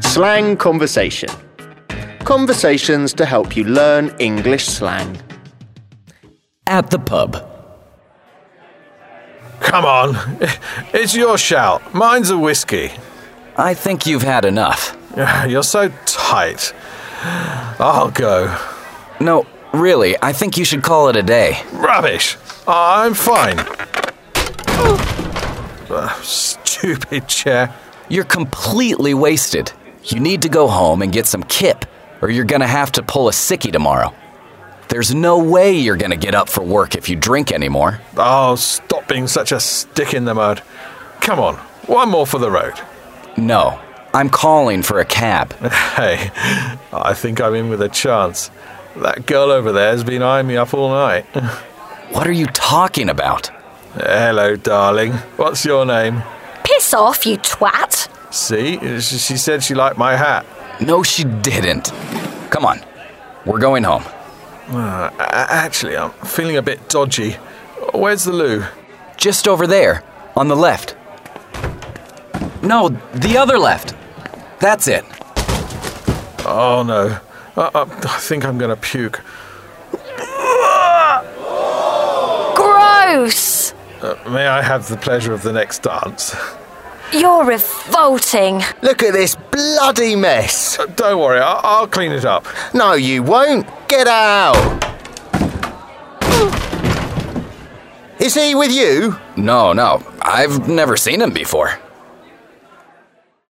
Slang Conversation Conversations to help you learn English slang. At the pub. Come on. It's your shout. Mine's a whiskey. I think you've had enough. You're so tight. I'll go. No, really, I think you should call it a day. Rubbish. I'm fine. Ah, Stupid chair. You're completely wasted. You need to go home and get some kip, or you're gonna have to pull a sickie tomorrow. There's no way you're gonna get up for work if you drink anymore. Oh, stop being such a stick in the mud. Come on. One more for the road. No, I'm calling for a cab. Hey, I think I'm in with a chance. That girl over there has been eyeing me up all night. What are you talking about? Hello, darling. What's your name? Piss off, you twat! See, she she said she liked my hat. No, she didn't. Come on, we're going home. A- Actually, I'm feeling a bit dodgy. Where's the loo? Just over there, on the left. No, the other left. That's it. Oh no, I, I, I think I'm gonna puke. Gross! Uh, may I have the pleasure of the next dance? You're revolting. Look at this bloody mess. Uh, Don't worry, I, I'll clean it up. No, you won't. Get out. Is he with you? No, no, I've never seen him before.